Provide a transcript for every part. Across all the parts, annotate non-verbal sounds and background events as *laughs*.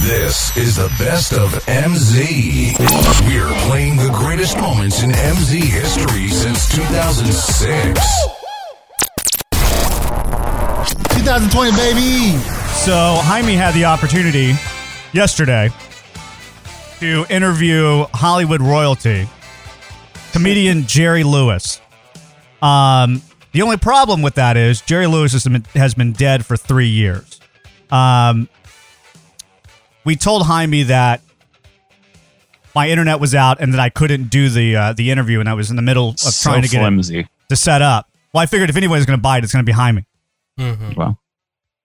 This is the best of MZ. We're playing the greatest moments in MZ history since 2006. 2020, baby. So Jaime had the opportunity yesterday to interview Hollywood royalty, comedian Jerry Lewis. Um, the only problem with that is Jerry Lewis has been, has been dead for three years. Um, we told Jaime that my internet was out and that I couldn't do the uh, the interview, and I was in the middle of so trying to get it flimsy. to set up. Well, I figured if anyone's going to buy it, it's going to be Jaime. Well,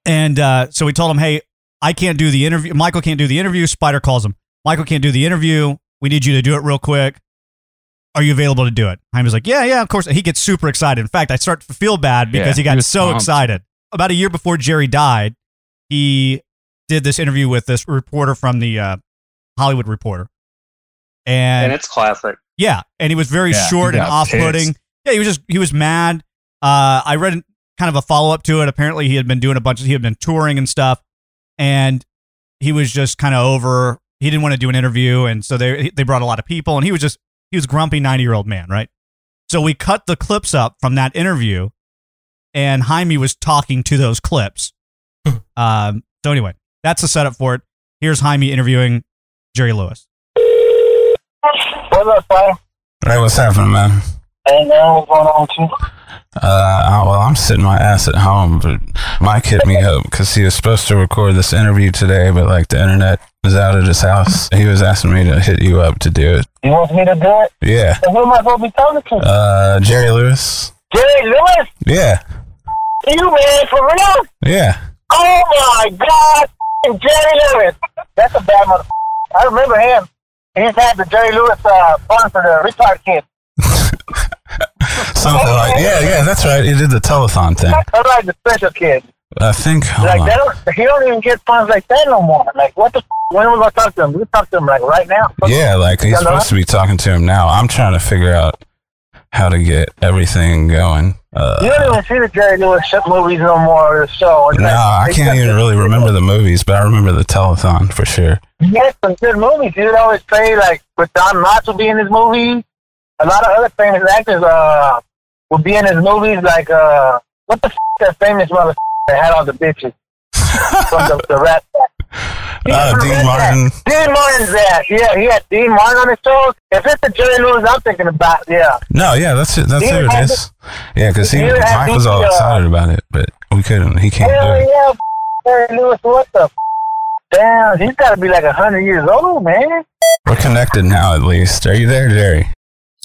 And uh, so we told him, hey, I can't do the interview. Michael can't do the interview. Spider calls him. Michael can't do the interview. We need you to do it real quick. Are you available to do it? Jaime's like, yeah, yeah, of course. He gets super excited. In fact, I start to feel bad because Yeah, he he got was so pumped. excited. About a year before Jerry died, he did this interview with this reporter from the uh, Hollywood Reporter. and And it's classic. yeah, and he was very Yeah, short he and got off-putting. Yeah, he was just he was mad. Uh, I read kind of a follow-up to it. Apparently, he had been doing a bunch of he had been touring and stuff, and he was just kind of over. He didn't want to do an interview, and so they they brought a lot of people, and he was just he was a grumpy ninety-year-old man, right? So we cut the clips up from that interview, and Jaime was talking to *laughs* those clips. um, so anyway, that's the setup for it. Here's Jaime interviewing Jerry Lewis. What's up, Fire? Hey, what's happening, man? Hey, man, what's going on with you? Uh, I, well, I'm sitting my ass at home, but Mike hit me up because he was supposed to record this interview today, but like the internet was out at his house. He was asking me to hit you up to do it. You want me to do it? Yeah. And who am I going to be talking to? Uh, Jerry Lewis. Jerry Lewis? Yeah. You, man, for real? Yeah. Oh, my God. f***ing Jerry Lewis. That's a bad mother. I remember him. He just had the Jerry Lewis uh, fun for the retard kid. *laughs* Something *laughs* like yeah, yeah. That's right. He did the telethon thing. That's like the special kid. I think. Hold Like, on. they don't, he don't even get funds like that no more. Like, what the f***? When am I going to talk to him? We talk to him, like, right now. Yeah, like he's Hello? supposed to be talking to him now. I'm trying to figure out how to get everything going. Uh, You don't even see the Jerry Lewis shit movies no more, or the show. It's No, like- I can't even really remember the movies, but I remember the telethon for sure. He had some good movies. He would always play like with Don Knotts would be in his movies. A lot of other famous actors uh would be in his movies. Like uh, what the f- that famous mother *laughs* f- that had all the bitches from the, the rap. *laughs* Uh, Dean Martin. Dean Martin's that. Yeah, he had Dean Martin on his show. If it's the Jerry Lewis I'm thinking about, yeah. No, yeah, that's it. That's Dean who it had is. Yeah, because he Dean had Mike was all the, uh, excited about it, but we couldn't. He can't Hell do it. yeah, f- *laughs* Jerry Lewis. What the f- *laughs* damn? He's got to be like a hundred years old, man. We're connected now, at least. Are you there, Jerry?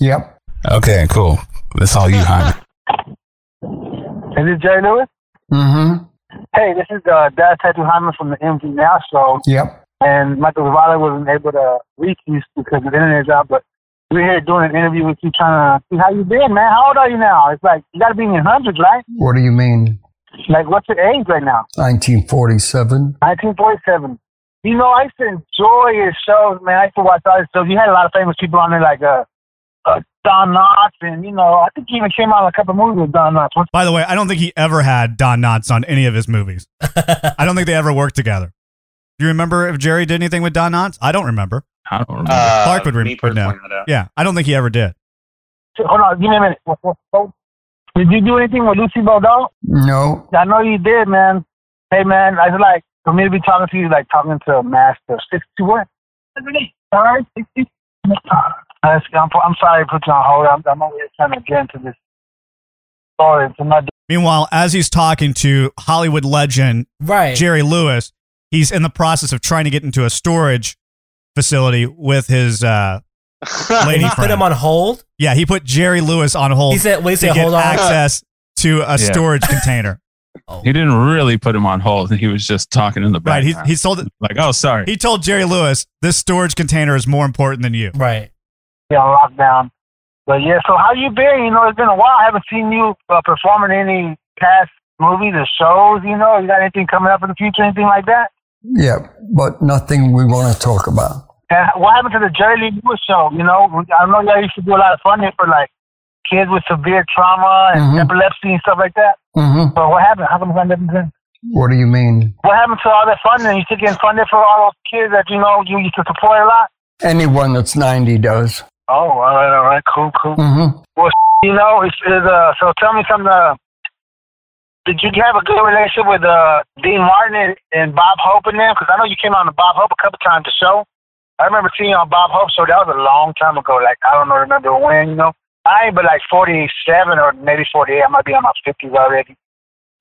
Yep. Okay, cool. That's all you, Jaime. Is it Jerry Lewis? Mm-hmm. Hey, this is uh, Dad Tattoo Hyman from the MV Now Show. Yep. and Michael Zavala wasn't able to reach you because of the internet's out. But we're here doing an interview with you, trying to see how you been, man. How old are you now? It's like you got to be in your hundreds, right? What do you mean? Like, what's your age right now? 1947. 1947. You know, I used to enjoy your shows, man. I used to watch all your shows. You had a lot of famous people on there, like uh, uh, Don Knotts, and you know, I think you even came out on a couple movies with Don Knotts. What's By the way, I don't think he ever had Don Knotts on any of his *laughs* movies. I don't think they ever worked together. Do you remember if Jerry did anything with Don Knotts? I don't remember. I don't remember. Uh, Clark would rem- me would know. personally, I don't. Yeah, I don't think he ever did. Hold on, give me a minute. What, what, what? Did you do anything with Lucy Bodal? No. I know you did, man. Hey, man, I was like, for me to be talking to you, like talking to a master. 60 what? Sorry? 60? I'm, I'm sorry to put you on hold. I'm, I'm over here trying to get into this story. It's not Meanwhile, as he's talking to Hollywood legend Right. Jerry Lewis, he's in the process of trying to get into a storage facility with his *laughs* uh, lady He put friend. him on hold. yeah, he put Jerry Lewis on hold He said, "Wait, to say get hold on." access to a Yeah. storage container. he didn't really put him on hold. He was just talking in the Right? He, background. he told like, oh, sorry. he told Jerry Lewis this storage container is more important than you. Right. be on lockdown. But yeah, so how you been? You know, it's been a while. I haven't seen you uh, performing any past movies or shows. You know, you got anything coming up in the future, anything like that? Yeah, but nothing we want to talk about. And what happened to the Jerry Lee Lewis show? You know, I know y'all used to do a lot of funding for like kids with severe trauma and Mhm. epilepsy and stuff like that. Mm-hmm. But what happened? How come it's not nothing? What do you mean? What happened to all that funding? You took in funding for all those kids that you know you used to support a lot? Anyone that's 90 does. Oh, all right, all right, cool, cool. hmm *laughs* You know, it's, it's uh, so tell me something. Uh, did you have a good relationship with uh, Dean Martin and, and Bob Hope and them? Because I know you came on the Bob Hope a couple times the show. I remember seeing you on Bob Hope show. That was a long time ago. Like I don't know, remember when? You know, I ain't but like forty-seven or maybe forty-eight. I might be on my fifties already.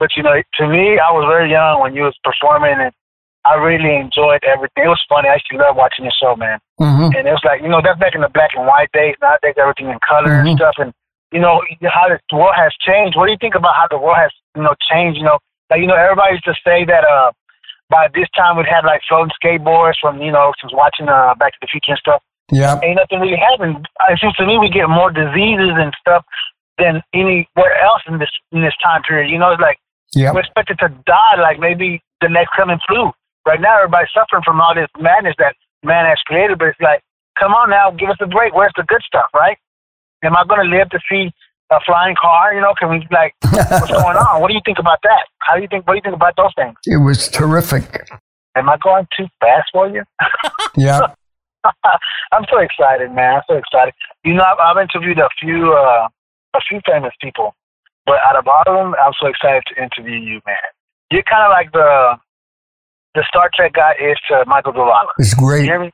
But you know, to me, I was very young when you was performing, and I really enjoyed everything. It was funny. I actually loved watching your show, man hmm and it was like you know that's back in the black and white days. Now there's everything in color Mhm. and stuff, and you know how the world has changed. What do you think about how the world has you know changed? You know, like you know everybody used to say that uh by this time we'd have like floating skateboards from you know since watching uh Back to the Future and stuff. Yeah. Ain't nothing really happened. It seems to me we get more diseases and stuff than anywhere else in this in this time period. You know, it's like Yeah. we're expected to die like maybe the next coming flu. Right now, everybody's suffering from all this madness that man has created, but it's like, come on now, give us a break. Where's the good stuff, right? Am I going to live to see a flying car? You know, can we, like, what's going on? What do you think about that? How do you think, what do you think about those things? It was terrific. Am I going too fast for you? Yeah. I'm so excited, man. I'm so excited. You know, I've, I've interviewed a few, uh, a few famous people, but out of all of them, I'm so excited to interview you, man. You're kind of like the the Star Trek guy is to Michael Zavala. It's You great. hear me?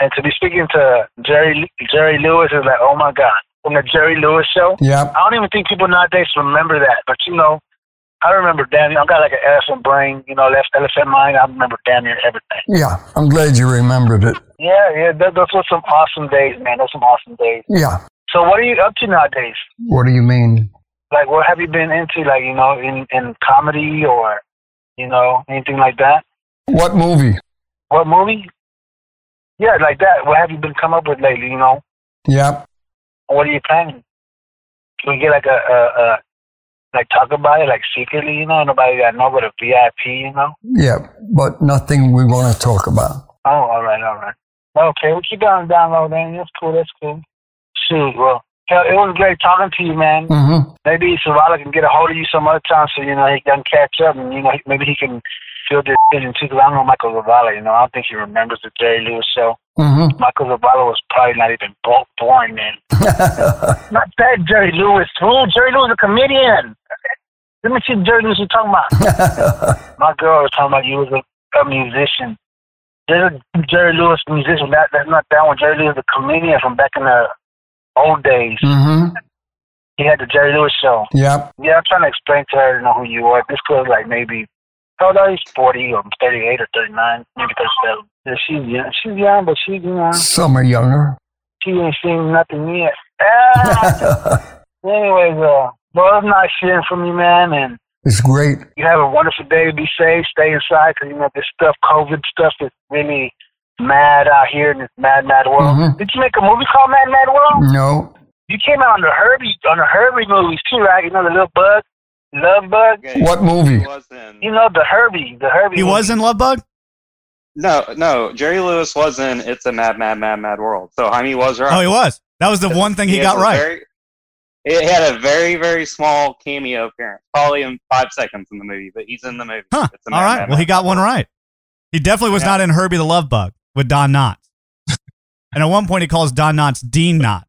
And to be speaking to Jerry Jerry Lewis is like, oh my god, from the Jerry Lewis show. Yeah. I don't even think people nowadays remember that, but you know, I remember damn near. I've got like an elephant brain, you know, left elephant mind. I remember damn near everything. Yeah. I'm glad you remembered it. Yeah, yeah, th those were some awesome days, man. Those were some awesome days. Yeah. So what are you up to nowadays? What do you mean? Like, what have you been into? Like, you know, in in comedy or, you know, anything like that? What movie? What movie? Yeah, like that. What have you been come up with lately? You know, Yeah. what are you planning? Can we get like a, a, a like talk about it like secretly? You know, nobody got know but a VIP. You know. Yeah. But nothing we want to talk about. Oh, all right, all right. Okay, we keep on downloading. That's cool. That's cool. Shoot, well, hell, it was great talking to you, man. hmm maybe Savala can get a hold of you some other time so you know he can catch up and you know maybe he can feel this vision too. Because I don't know Michael Zavala, you know I don't think he remembers the Jerry Lewis show. hmm Michael Zavala was probably not even bo- born then. not that Jerry Lewis, fool. Jerry Lewis, a comedian. Let me see Jerry Lewis you talking about. My girl was talking about you was a, a musician. There's a Jerry Lewis musician. That that's not that one. Jerry Lewis, a comedian from back in the old days. hmm He had the Jerry Lewis show. Yeah. Yeah, I'm trying to explain to her, you know, who you are. This girl's like maybe, how old are you? 40 or 38 or 39, maybe 37. Yeah, she's young. She's young, but she's, you know, Some are younger. *laughs* she ain't seen nothing yet. Ah, *laughs* anyways, uh, well, it's nice hearing from you, man, and it's great. you have a wonderful day. Be safe. Stay inside 'cause you know, this stuff, COVID stuff is really mad out here in this mad, mad world. Mhm. Did you make a movie called Mad, Mad World? No. You came out on the Herbie, on the Herbie movies too, right? You know, the little bug, love bug. What movie? was in. You know the Herbie, the Herbie. He was in Love Bug? No, no. Jerry Lewis was in It's a Mad, Mad, Mad, Mad World. So Jaime was right. Oh, he was. That was the one thing he has got a right. Very, it had a very, very small cameo appearance, probably in five seconds in the movie, but he's in the movie. Huh. It's a All Mad, right. Mad, Well, he Mad got one right. He definitely was Yeah. not in Herbie the Love Bug with Don Knotts. and at one point, he calls Don Knotts Dean Knotts.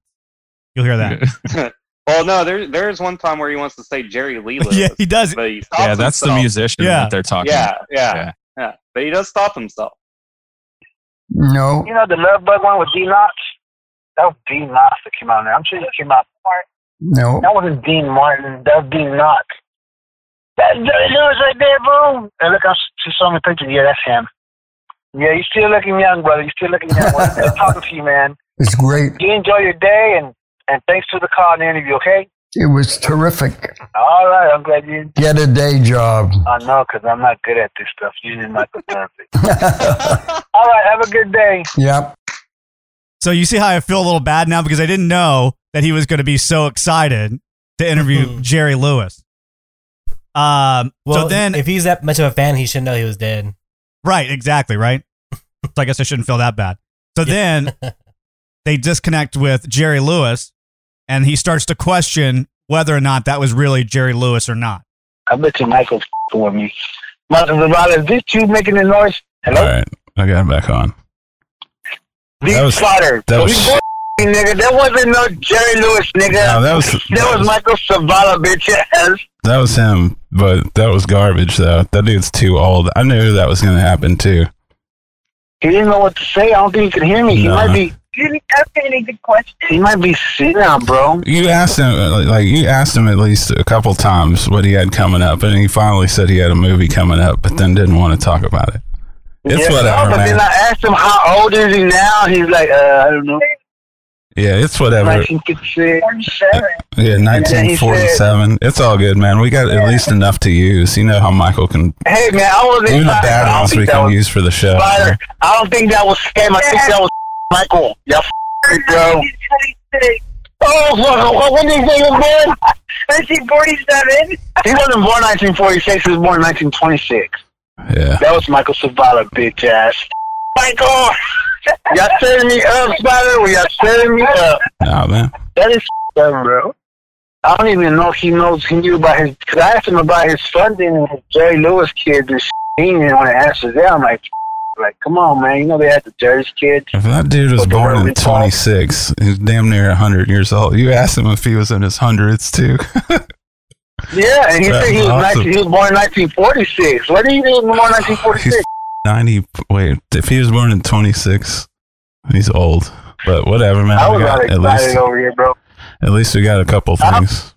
You'll hear that. Well, no, there, there is one time where he wants to say Jerry Lee *laughs* Lewis. yeah, he does. but he stops yeah, that's the himself. musician Yeah. that they're talking. Yeah, yeah, Yeah. yeah, But he does stop himself. No. You know the Love Bug one with D Knox? That was Dean Knox that came out now. I'm sure that came out. No. That wasn't Dean Martin. That was Dean Knox. That's Jerry Lewis right there, bro. And look, I s- she saw me picture. Yeah, that's him. Yeah, you still looking young, brother. You still looking young. Well, it's good talking to you, man. It's great. You enjoy your day, and and thanks for the call and the interview. Okay. It was terrific. All right. I'm glad you. Get a day job. I know, cause I'm not good at this stuff. Usually, I'm not the perfect. All right. Have a good day. Yep. So you see how I feel a little bad now because I didn't know that he was going to be so excited to *laughs* interview Jerry Lewis. Um, Well, so then, if he's that much of a fan, he should know he was *laughs* dead. right, exactly, right? so I guess I shouldn't feel that bad. So then they disconnect with Jerry Lewis and he starts to question whether or not that was really Jerry Lewis or not. I bet you Michael's f***ing with me. Mother Zavala, is this you making the noise? Hello? All right, I got him back on. These That was- slaughter. that was- These boys, nigga. There wasn't no Jerry Lewis, No, nigga. *laughs* that was there was, Michael Savala, bitch ass. that was him, but that was garbage though. That dude's too old. I knew that was gonna happen too. He didn't know what to say. I don't think he could hear me. He No. might be. didn't ask me any good questions. He might be senile, bro. You asked him uh, like- like you asked him at least a couple times what he had coming up, and he finally said he had a movie coming up, but then didn't want to talk about it. It's Yeah, whatever, But man. then I asked him how old is he now. He's like, uh, I don't know, yeah, it's whatever. 1956. I'm sure. Yeah, 1947. It's all good, man. We got at least enough to use. You know how Michael can Hey man, I wasn't. even a I bad don't ones think we that can was use for the show. Spider. I don't think that was scam. I think that was Michael. Yeah, f- bro. 1926. Oh, fuck, what- when did he say he was born? 1947. He wasn't born 1946. He was born 1926. Yeah. That was Michael Savala, bitch ass. Michael, y'all setting me up, Spider. Y'all setting me up. Nah, man. That is *laughs* dumb, bro. I don't even know if he knows he knew about his. Cause I asked him about his funding and his Jerry Lewis kids and shit. He didn't want to answer that. I'm like, *laughs* like, come on, man. You know they had the Jerry's kids. If that dude was But the born in world is small. 26, he's damn near 100 years old. You asked him if he was in his hundreds, too. Yeah, and he That's said he was, awesome. 19, he was born in 1946. What do you mean he was born in 1946? *laughs* 90. Wait, if he was born in 26, he's old. But whatever, man. I We was all got, at, excited least, over here, bro. at least we got a couple I'm- things.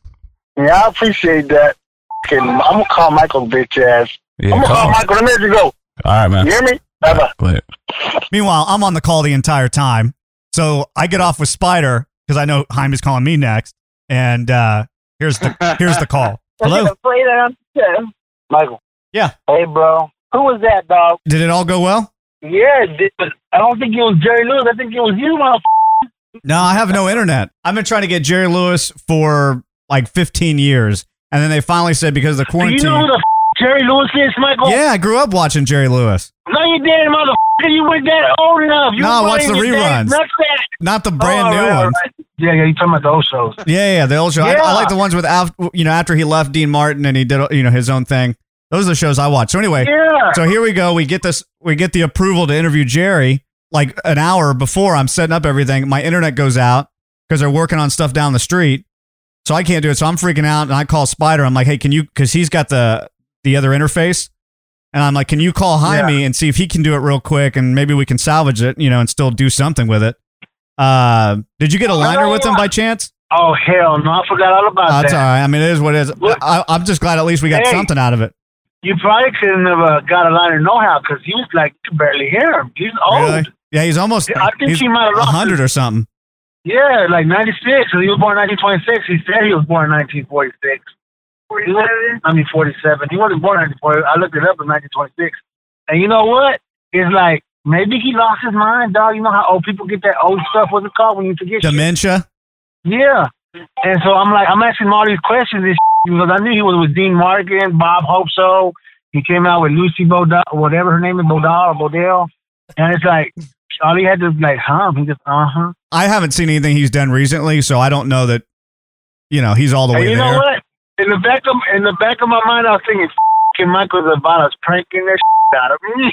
Yeah, I appreciate that. Okay, I'm gonna call Michael bitch ass. Yeah, I'm gonna call call him. Michael. Let me let you go. All right, man. You hear me? Bye bye. Wait. Meanwhile, I'm on the call the entire time. So I get off with Spider because I know Heim is calling me next. And uh, here's the here's the call. We're Hello. gonna play that on the show. Michael. Yeah. Hey, bro. Who was that, dog? Did it all go well? Yeah, it did- I don't think it was Jerry Lewis. I think it was you, motherfucker. No, I have no internet. I've been trying to get Jerry Lewis for like 15 years, and then they finally said because of the Do quarantine. you know who the f- Jerry Lewis is, Michael? yeah, I grew up watching Jerry Lewis, No, you didn't, motherfucker. You weren't that old enough. You No, I were watched the in your dad's reruns. nutsack. not the brand Oh, new all right, all ones. right. Yeah, yeah, you talking about those shows. Yeah, yeah, the old show. I- I, Yeah. like the ones with after, you know after he left Dean Martin and he did you know his own thing. Those are the shows I watch. So anyway, Yeah. So here we go. We get this. We get the approval to interview Jerry like an hour before I'm setting up everything. My internet goes out because they're working on stuff down the street, so I can't do it. So I'm freaking out, and I call Spider. I'm like, "Hey, can you?" Because he's got the the other interface, and I'm like, "Can you call Jaime and see if he can do it real quick, and maybe we can salvage it, you know, and still do something with it." Uh, did you get a liner with him by chance? Oh hell no! I forgot all about Oh, that's that. all right. I mean, it is what it is. Look- I, I'm just glad at least we got Hey. something out of it. You probably couldn't have uh, got a lot of know-how because he was like you barely hear him. He's old. Really? Yeah, he's almost I think he's he might have lost. his- 100 or *laughs* something. Yeah, like '96. He was born in 1926. He said he was born in 1946. He was- I mean, 47. He wasn't born in 1940. I looked it up in 1926. And you know what? It's like maybe he lost his mind, dog. You know how old people get that old stuff? What's it called when you forget? shit? Dementia. Yeah. And so I'm like, I'm asking him all these questions and because I knew he was with Dean Markin, Bob Hope So. He came out with Lucy Bodell, whatever her name is, Bodell or Bodell. And it's like, all he had to like hum. He just, uh huh. I haven't seen anything he's done recently, so I don't know that. You know, he's all the And way you know there. what? In the back of in the back of my mind, I was thinking, "F***ing Michael Zavala's pranking the shit out of me."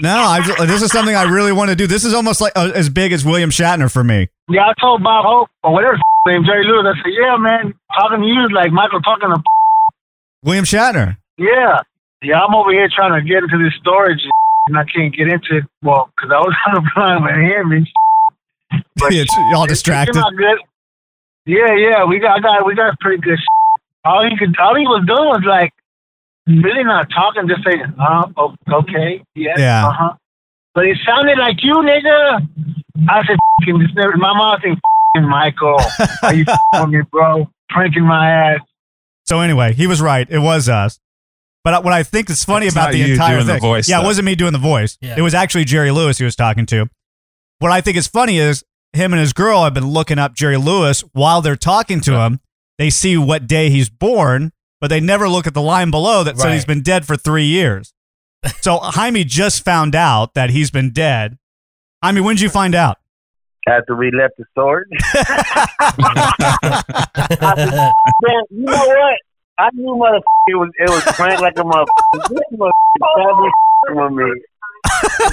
No, I, this is something I really want to do. This is almost like uh, as big as William Shatner for me. yeah, I told Bob Hope or whatever his name, Jerry Lewis. I said, "Yeah, man, talking to you is like Michael talking to William Shatner. *laughs* Yeah. Yeah, I'm over here trying to get into this storage and and I can't get into it. Well, because I was *laughs* on the line with him and But it's all it- it came distracted. out good. Yeah, yeah, we got, I got, we got pretty good. All he could, all he was doing was like really not talking, just saying, uh, oh, okay, yeah, Yeah. uh huh. But it sounded like you, nigga. I said, "F***ing this never, my mom said, "F***ing Michael, *laughs* are you f***ing me, bro? Pranking my ass. So anyway, he was right. It was us. But I- what I think is funny It's about not the you entire doing the thing, voice, yeah, it though. wasn't me doing the voice. Yeah. It was actually Jerry Lewis he was talking to. What I think is funny is him and his girl have been looking up Jerry Lewis while they're talking to him. They see what day he's born, but they never look at the line below that said Right. he's been dead for three years. so Jaime just found out that he's been dead. Jaime, when did you find out? After we left the storage. yeah, Man, you know what? I knew motherfucker it was it was crank like a motherfucker. This motherfucker with me.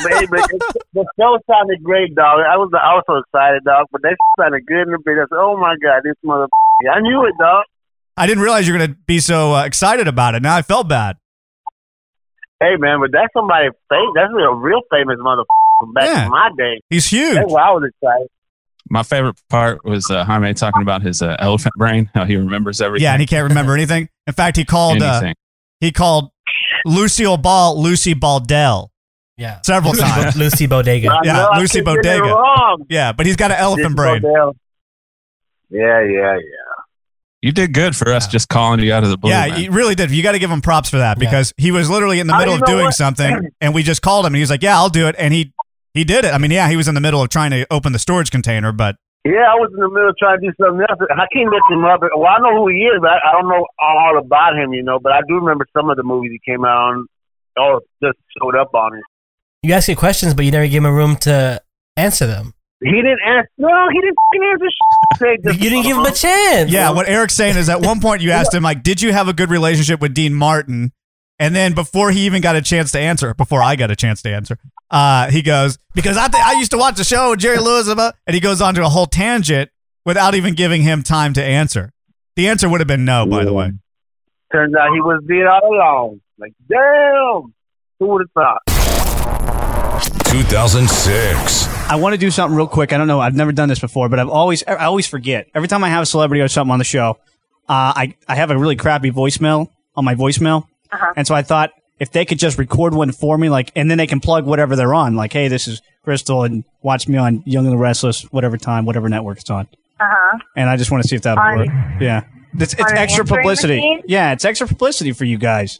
Baby, it- the show sounded great, dog. I was I was so excited, dog. But that sounded good in the bit. I said, "Oh my god, this motherfucker!" I knew it, dog. I didn't realize you were going to be so uh, excited about it. Now I felt bad. Hey man, but that's somebody famous. That's a real famous motherfucker from back Yeah. in my day. He's huge. That's why I was excited. My favorite part was uh, Jaime talking about his uh, elephant brain, how he remembers everything. Yeah, and he can't remember anything. In fact, he called uh, anything. he called Lucille Ball Lucy Baldell *laughs* Yeah. *laughs* several Lucy, times. Bo- Lucy Bodega. I Yeah, know I Lucy keep getting it Bodega. Wrong. Yeah, but he's got an Lucy elephant brain. Bodega. Yeah, yeah, yeah. you did good for us just calling you out of the blue. Yeah, man. you really did. You got to give him props for that Yeah. because he was literally in the Oh, middle you of know doing what? *clears throat* something, and we just called him, and he was like, "Yeah, I'll do it," and he he did it. I mean, yeah, he was in the middle of trying to open the storage container, but Yeah, I was in the middle of trying to do something else. I can't look him up. Well, I know who he is, but I, I don't know all about him, you know. But I do remember some of the movies he came out on, or just showed up on it. You ask your questions, but you never give him room to answer them. He didn't ask. No, he didn't f***ing answer. Shit. They You just- didn't give him a chance. yeah, what Eric's saying is at one point you asked him like, "Did you have a good relationship with Dean Martin?" And then before he even got a chance to answer, before I got a chance to answer, uh, he goes because I think I used to watch the show with Jerry Lewis about, and he goes on to a whole tangent without even giving him time to answer. The answer would have been no, by the way. *laughs* Turns out he was dead all along. Like, damn, who would have thought? 2006. I want to do something real quick. I don't know. I've never done this before, but I've always I always forget. Every time I have a celebrity or something on the show, uh, I I have a really crappy voicemail on my voicemail, Uh-huh. and so I thought if they could just record one for me, like, and then they can plug whatever they're on, like, hey, this is Crystal, and watch me on Young and the Restless, whatever time, whatever network it's on. Uh huh. And I just want to see if that'll On- work. Yeah. It's, it's on an extra answering publicity. machine? Yeah, it's extra publicity for you *laughs* guys.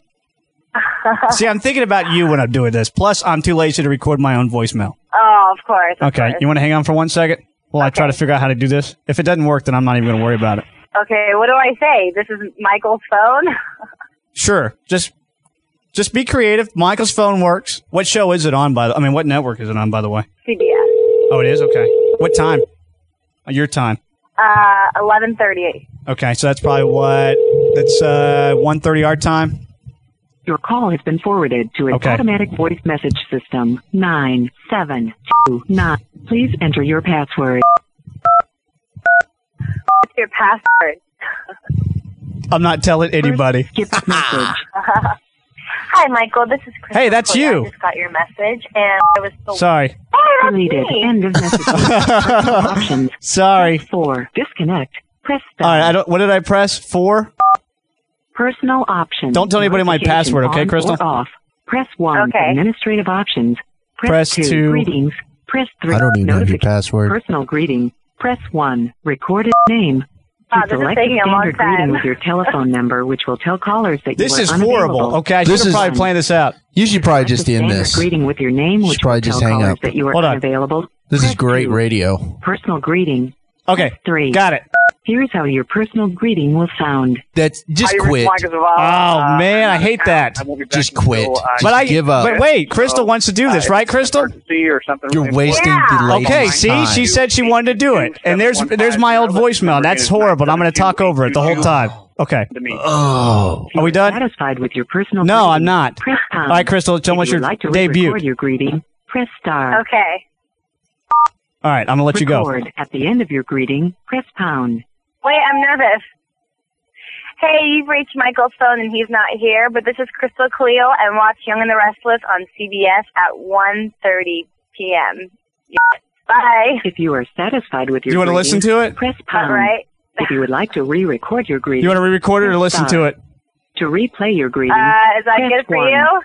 See, I'm thinking about you when I'm doing this. Plus, I'm too lazy to record my own voicemail. Oh, of course. of Okay, course. you want to hang on for one second while I try to Okay. figure out how to do this? If it doesn't work, then I'm not even going to worry about it. okay. What do I say? This is Michael's phone. *laughs* Sure, just just be creative. Michael's phone works. What show is it on? By the I mean, what network is it on? By the way, CBS. oh, it is. Okay, what time? Uh, Your time. Uh, eleven thirty-eight. Okay, so that's probably what that's uh 1:30 our time. Your call has been forwarded to an Okay. automatic voice message system. Nine seven two nine. Please enter your password. What's your password? I'm not telling anybody. Skip message. Hi, Michael. This is Chris. Hey, that's you. I just got your message, and I was so Sorry. oh, that's me. End of message. Options. Sorry. Four. Disconnect. Press All star. right, I don't what did I press? 4? Personal options. Don't tell anybody my Notification password, okay, on Crystal? or Off. Press one. Okay. Administrative options. Press, Press two. Greetings. Press three. I don't even have your Notification. password. Personal greeting. Press one. Recorded name. Wow, To this is select taking a long standard greeting time. with your telephone number, which will tell callers that This you are is unavailable. horrible. Okay, I This should have is- probably planned this out. You should probably Select just the end standard this. greeting with your name, Should which probably will just tell hang callers up. that you are Hold on. unavailable. This Press is great two. radio. Personal greeting. Okay. Three. Got it. Here's how your personal greeting will sound. That's just quit. Oh uh, man, I hate that. Just quit. Just But I give up. But wait, Crystal wants to do this, Uh, right, Crystal? or something. You're wasting Yeah. the ladies' Okay, see, time. she said she wanted to do it, and there's there's my old voicemail. That's horrible. I'm going to talk over it the whole time. Okay, To me. Oh, are we done? Satisfied with your personal No, greeting, I'm not. Press All pound. right, Crystal, it's If you almost your would like to debut. re-record your greeting, press star. Okay. All right, I'm going to let you go. Record at the end of your greeting, press pound. Wait, I'm nervous. Hey, you've reached Michael's phone and he's not here, but this is Crystal Khalil and watch Young and the Restless on CBS at 1.30 p.m. Yeah. Bye. If you are satisfied with Do your you want to greeting, listen to it? press All pound. right. If you would like to re-record your greeting, You want to re-record it or listen to it? to replay your greeting, Uh, is that press good for one. you?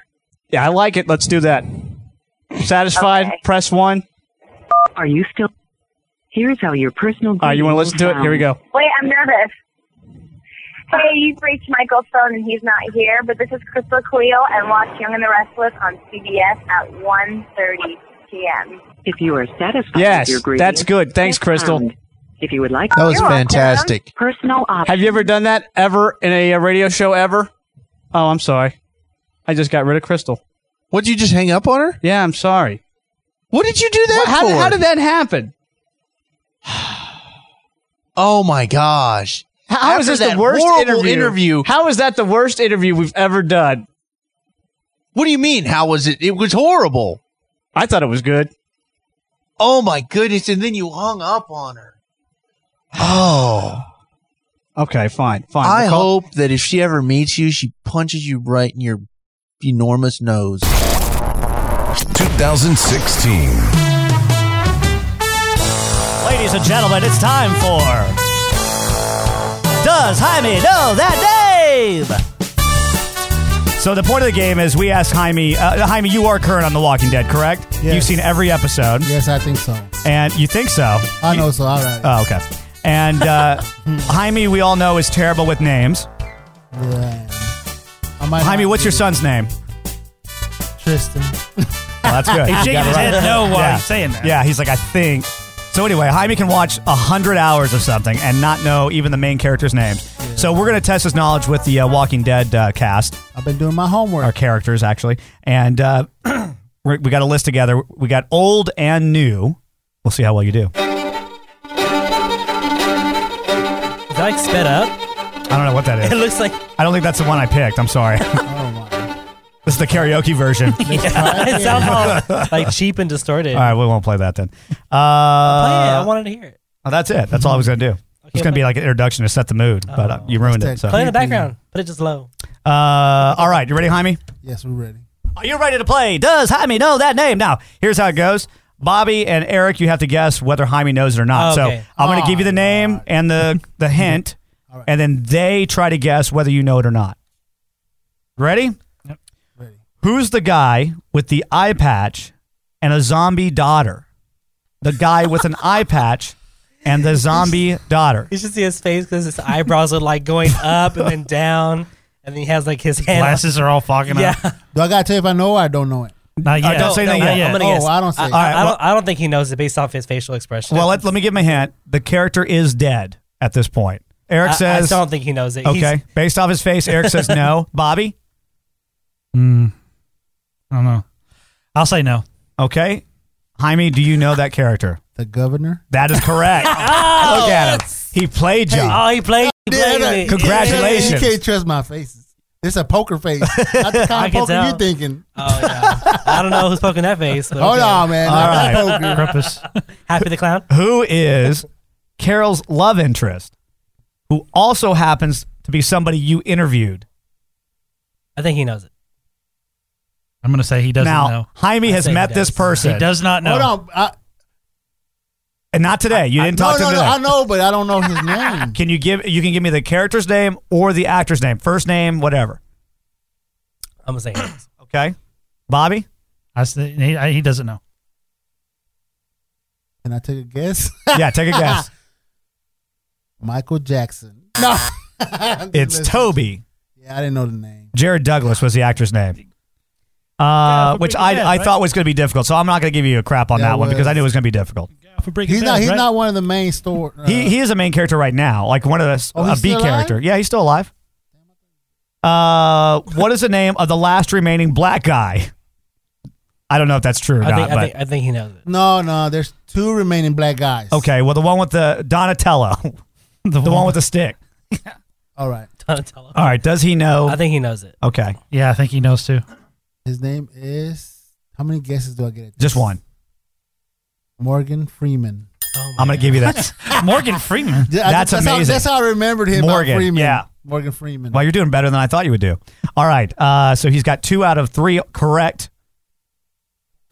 Yeah, I like it. Let's do that. Satisfied? Okay. Press one. Are you still? Here's how your personal. All right, you want to listen to it? Here we go. Wait, I'm nervous. Hey, you've reached Michael's phone and he's not here, but this is Crystal Khalil and watch Young and the Restless on CBS at 1.30 p.m. If you are satisfied Yes, with your greeting, that's good. Thanks, press Crystal. pound. If you would like that was You're welcome. fantastic. personal option, Have you ever done that ever in a uh, radio show ever? Oh, I'm sorry. I just got rid of Crystal. What did you just hang up on her? Yeah, I'm sorry. What did you do that What- how, for? *sighs* how did that happen? oh my gosh! How is After this the that worst horrible interview? interview- How is that the worst interview we've ever done? What do you mean? How was it? It was horrible. I thought it was good. Oh my goodness! And then you hung up on her. Oh. Okay, fine, fine. I We'll call- hope that if she ever meets you, she punches you right in your enormous nose. 2016. Ladies and gentlemen, it's time for Does Jaime Know That Name? So the point of the game is we asked Jaime. Uh, Jaime, you are current on The Walking Dead, correct? Yes. You've seen every episode, Yes, I think so. and you think so? I know so. All Uh, right. Oh, okay. And uh, Jaime, we all know is terrible with names. Yeah. Uh-huh. Jaime, what's your son's name? Tristan. Well, that's good. He's shaking Yeah, his right. head no while he's saying that. Yeah, he's like, I think. So anyway, Jaime can watch a hundred hours of something and not know even the main characters' names. So we're gonna test his knowledge with the uh, Walking Dead uh, cast. I've been doing my homework. Our characters actually, and uh, *clears throat* we we got a list together. We got old and new. We'll see how well you do. Is that like sped up? I don't know what that is. *laughs* *laughs* It looks like- I don't think that's the one I picked. I'm sorry. Oh, *laughs* This is the karaoke *laughs* version. Yeah, it sounds all, like cheap and distorted. All right, we won't play that then. Uh, Play it. I wanted to hear it. Oh, that's it. That's all I was gonna do. it's gonna be like an introduction to set the mood, but uh, you ruined it. So. Play in the background. Put it just low. Uh, all right, you ready, Jaime? Yes, we're ready. Are you ready to play? Does Jaime know that name? Now, here's how it goes. Bobby and Eric, you have to guess whether Jaime knows it or not. Okay. So I'm going Oh, to give you the name and the *laughs* the hint, and then they try to guess whether you know it or not. Ready? Yep. Who's the guy with the eye patch and a zombie daughter? The guy with an eye patch and *laughs* the zombie daughter. You should see his face because his eyebrows are like going up and then down, and then he has like his hand glasses are all fogging up. yeah. Do I gotta tell you if I know or I don't know it? Not yet. don't say that yet. I'm gonna Oh, guess. I don't say. I, it. I, don't, I don't think he knows it based off his facial expression. Well, let, let me give him a hint. The character is dead at this point. Eric I- I says. still don't think he knows it. Okay. He's- Based off his face, Eric says no. *laughs* Bobby? I don't know. I'll say no. Okay. Jaime, do you know that character? The governor? That is *laughs* correct. Look at him. He played you. Oh, he played. He played Yeah, me. that- Congratulations. You can't trust my faces. It's a poker *laughs* face. Not the kind I can of poker tell. you're thinking. Oh yeah. *laughs* I don't know who's poking that face. But Oh, okay. no, man. All *laughs* right. Happy the clown. Who is Carol's love interest, who also happens to be somebody you interviewed? I think he knows it. I'm going to say he doesn't now, know. Jaime has met this person. He does not know. Hold on. I, And not today. You didn't no, talk to no, him no. today. I know, but I don't know *laughs* his name. Can you give you can give me the character's name or the actor's name, first name, whatever. I'm gonna say he knows. Okay. Bobby? I say, he, I- he doesn't know. Can I take a guess? Yeah, take a *laughs* guess. *laughs* Michael Jackson. No. It's Toby. Yeah, I didn't know the name. Jared Douglas was the actor's name. Uh, which I, Dead, I right? thought was going to be difficult, so I'm not going to give you a crap on Yeah, that one well- because I knew it was going to be difficult. He's not. He's not one of the main store. uh, he he is a main character right now, like one of the s- Oh, a he's B still alive? character. Yeah, he's still alive. Uh, what is the name of the last remaining black guy? I don't know if that's true or I not, think, but I, think, I think he knows it. *laughs* No, no. There's two remaining black guys. okay. Well, the one with the Donatello, *laughs* the, one, with the stick. All right. Donatello. All right, does he know? I think he knows it. Okay, Yeah, I think he knows too. His name is. How many guesses do I get? just one. Morgan Freeman. I'm going to give you that. *laughs* Morgan Freeman. Yeah, I- That's how- amazing. that's how I remembered him. about Morgan, Freeman. yeah. Morgan Freeman. Well, you're doing better than I thought you would do. All right. Uh, so he's got two out of three correct.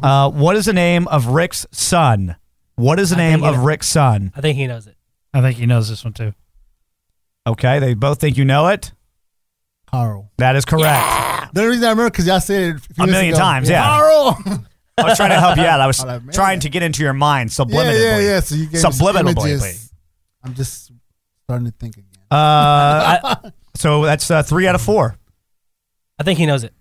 Uh, what is the name of Rick's son? What is the name of Rick's son? I think he knows it. I think he knows this one too. Okay, they both think you know it. Carl. That is correct. The only reason I remember because y'all said it few A minutes million ago. times, yeah. Carl. *laughs* I was trying to help you out. I was I'm like, man. trying to get into your mind Yeah, subliminally. yeah, yeah. So you gave subliminally. Us images. I'm just starting to think again. Uh, I- so that's uh, three out of four. I think he knows it.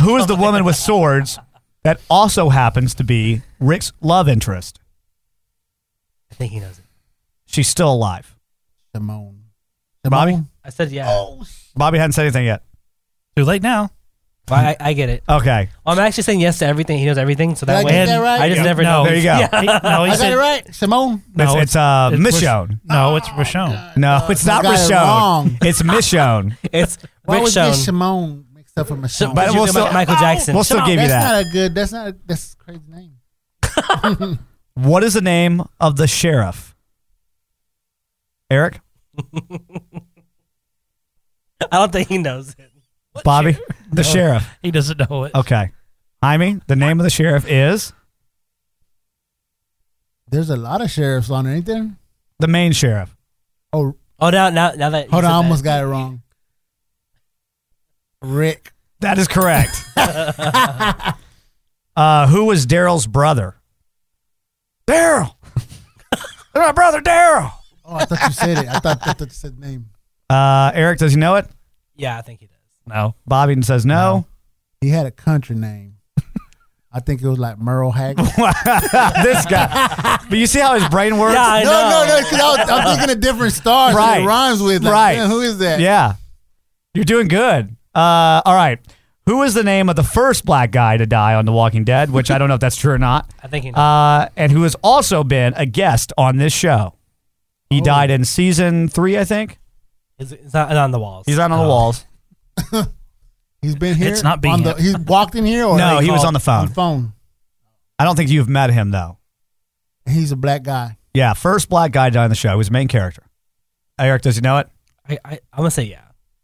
Who Oh is the woman with swords that also happens to be Rick's love interest? I think he knows it. She's still alive. Simone. Bobby? I said yeah. Bobby hadn't said anything yet. Too late now. But I, I get it. Okay. Well, I'm actually saying yes to everything. He knows everything, so Did I get that way that right? I just Yeah. never No. know. There *laughs* you go. Yeah. I got it right, Simone. No, it's, uh, it's Ros- Michonne. No, it's Michonne. Oh No, it's not got it Michonne. wrong. *laughs* It's Michonne. it's Why was Michonne. this Simone mixed up with Michonne? but we'll still- Michael Jackson. we'll still give you that's that. That's not a good. That's not. A, that's a crazy name. What is the name of the sheriff? Eric? I don't think he knows it. Bobby? The No, sheriff. he doesn't know it. Okay. Jaime, the name of the sheriff is There's a lot of sheriffs on it, ain't there? the main sheriff. Oh, Oh, now, now, now that you hold on, I said that. almost got it wrong. Rick. That is correct. uh, who was Daryl's brother? Daryl. my brother, Daryl. Oh, I thought you said it. I thought, I thought you said name. Uh, Eric, does he know it? Yeah, I think he does. No. Bobby says no. He had a country name. *laughs* I think it was like Merle *laughs* Haggard. *laughs* this guy. But you see how his brain works? Yeah, I No, know. no, no, 'cause I was- I'm thinking of different stars that it Right. rhymes with. Like, right. man, who is that? Yeah. You're doing good. Uh, all right. Who is the name of the first black guy to die on The Walking Dead? Which I don't know if that's true or not. I think he knows. Uh, and who has also been a guest on this show. He Oh. died in season three, I think. It's, it's not on the walls. He's Oh. not on the walls. He's been here. It's not being on him. the, He's walked in *laughs* here, or No, they he was called- on the phone. phone. I don't think you've met him though. He's a black guy. Yeah, first black guy to die on the show. He was the main character. Eric, does he know it? I, I, I'm gonna say yeah.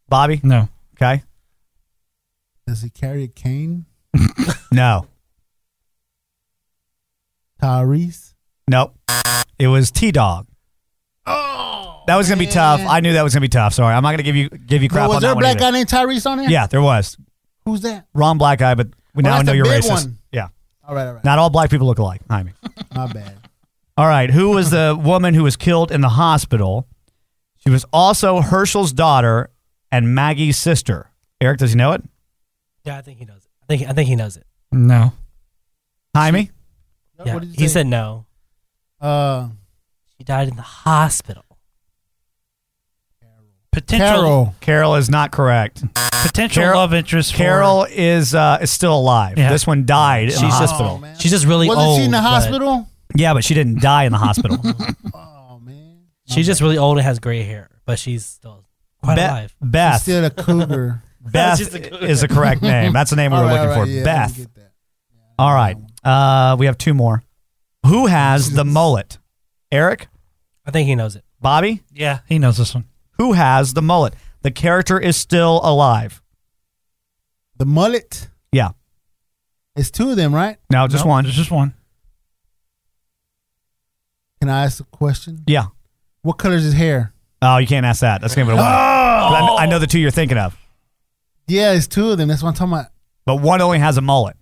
Bobby? No. Okay. Does he carry a cane? No. Tyrese. Nope. It was T Dog. Oh. That was gonna be tough. I knew that was gonna be tough. Sorry, I'm not gonna give you give you crap was on there that a one black either. guy named Tyrese on there? Yeah, there was. Who's that? Wrong black guy, but we Oh, now that's know the you're big racist. one. Yeah. All right, all right. Not all black people look alike. I mean. *laughs* My bad. All right. Who was the *laughs* woman who was killed in the hospital? She was also Herschel's daughter and Maggie's sister. Eric, does he know it? Yeah, I think he knows it. I think I think he knows it. No. Jaime? Yeah. what did you he say? said no. Uh, She died in the hospital. Potential Carol. Carol is not correct. Potential love interest for- Carol is uh, is still alive. Yeah. This one died in She's the just- hospital. she's just really Wasn't she in old, the but- hospital? yeah, but she didn't die in *laughs* the hospital. She's just really old and has gray hair, but she's still quite Be- alive. Beth. She's still *laughs* a cougar. Beth She's a cougar. is the correct name. That's the name we All were right, looking all *laughs* right, for. yeah, I Beth. get All right. Uh, we have two more. Who has the mullet? Eric? I think he knows it. Bobby? Yeah, he knows this one. Who has the mullet? The character is still alive. The mullet. Yeah. It's two of them, right? No, just Nope, one. There's just one. Can I ask a question? Yeah. What color's his hair? Oh, you can't ask that. That's gonna be a I, kn- I know the two you're thinking of, Yeah, it's two of them. That's what I'm talking about. but one only has a mullet.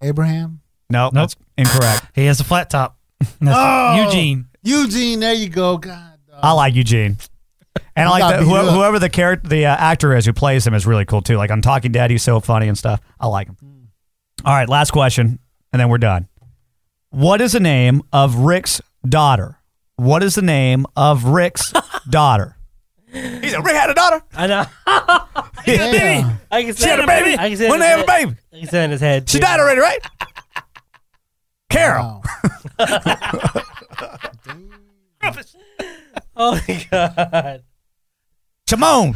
Abraham. No, that's incorrect. Oh! He has a flat top. That's Eugene. Eugene, there you go. God. I like Eugene. And I You got like the, beat whoever, up. whoever the character, the uh, actor is who plays him is really cool too. Like on Talking Dead, he's so funny and stuff. I like him. All right, last question, and then we're done. What is the name of Rick's daughter? What is the name of Rick's *laughs* daughter? He said Rick had a daughter. *laughs* I know. *laughs* Yeah. I can She say had a it. baby. I can say it When in they his have a head. baby. I can say it in his head. She too. died already, right? Carol. Oh my god. Simone.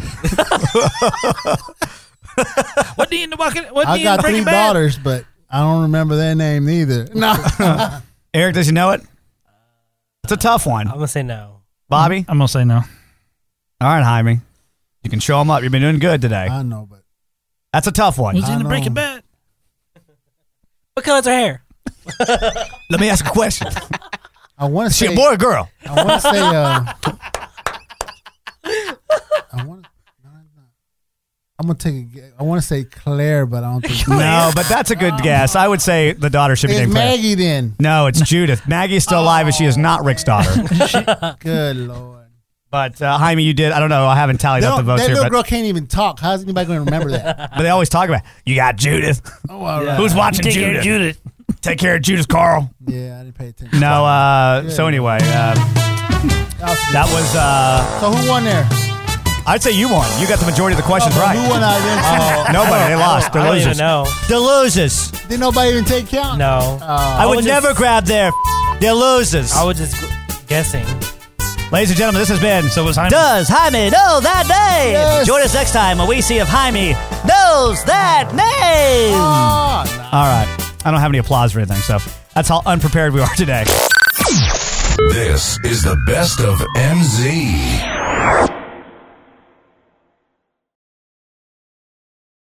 what do you end up walking? What do I you end got up three bringing back? daughters, but I don't remember their *laughs* name either. No. Eric, does he know it? It's a tough one. I'm gonna say no. Bobby? I'm gonna say no. All right, Jaime. You can show him up. You've been doing good today. I know, but That's a tough one. Was he in the Breaking know. Bad? What color's her hair? Let me ask a *laughs* question. I want to Is she say a boy or girl? I want to *laughs* say. Uh, I want. I'm gonna take. A, gue- I want to say Claire, but I don't think No, but that's a good guess. I would say the daughter should be it's named Claire. Maggie. Then No, it's Judith. Maggie's still alive, and she is not Rick's *laughs* daughter. good lord, But uh, Jaime, you did. I don't know. I haven't They tallied up the don't- votes that here, little but, girl can't even talk. How's anybody gonna remember that? but they always talk about you got Judith. Oh, all right. Who's watching Take care Judith? of Judith. Take care of Judith, Carl. Yeah, I didn't pay attention. No. Uh, so anyway, uh, That was, that was uh, so who won there? I'd say you won. You got the majority of the questions right. Who won out of this? Oh, nobody. They lost. They're I don't losers. even know. They're losers. Did nobody even take count? No. Oh. I would never grab their. They're losers. I was just guessing. Ladies and gentlemen, this has been. So was Jaime. Does Jaime know that name? Yes. Join us next time when we see if Jaime knows that name. All right. I don't have any applause or anything, so that's how unprepared we are today. This is the best of MZ.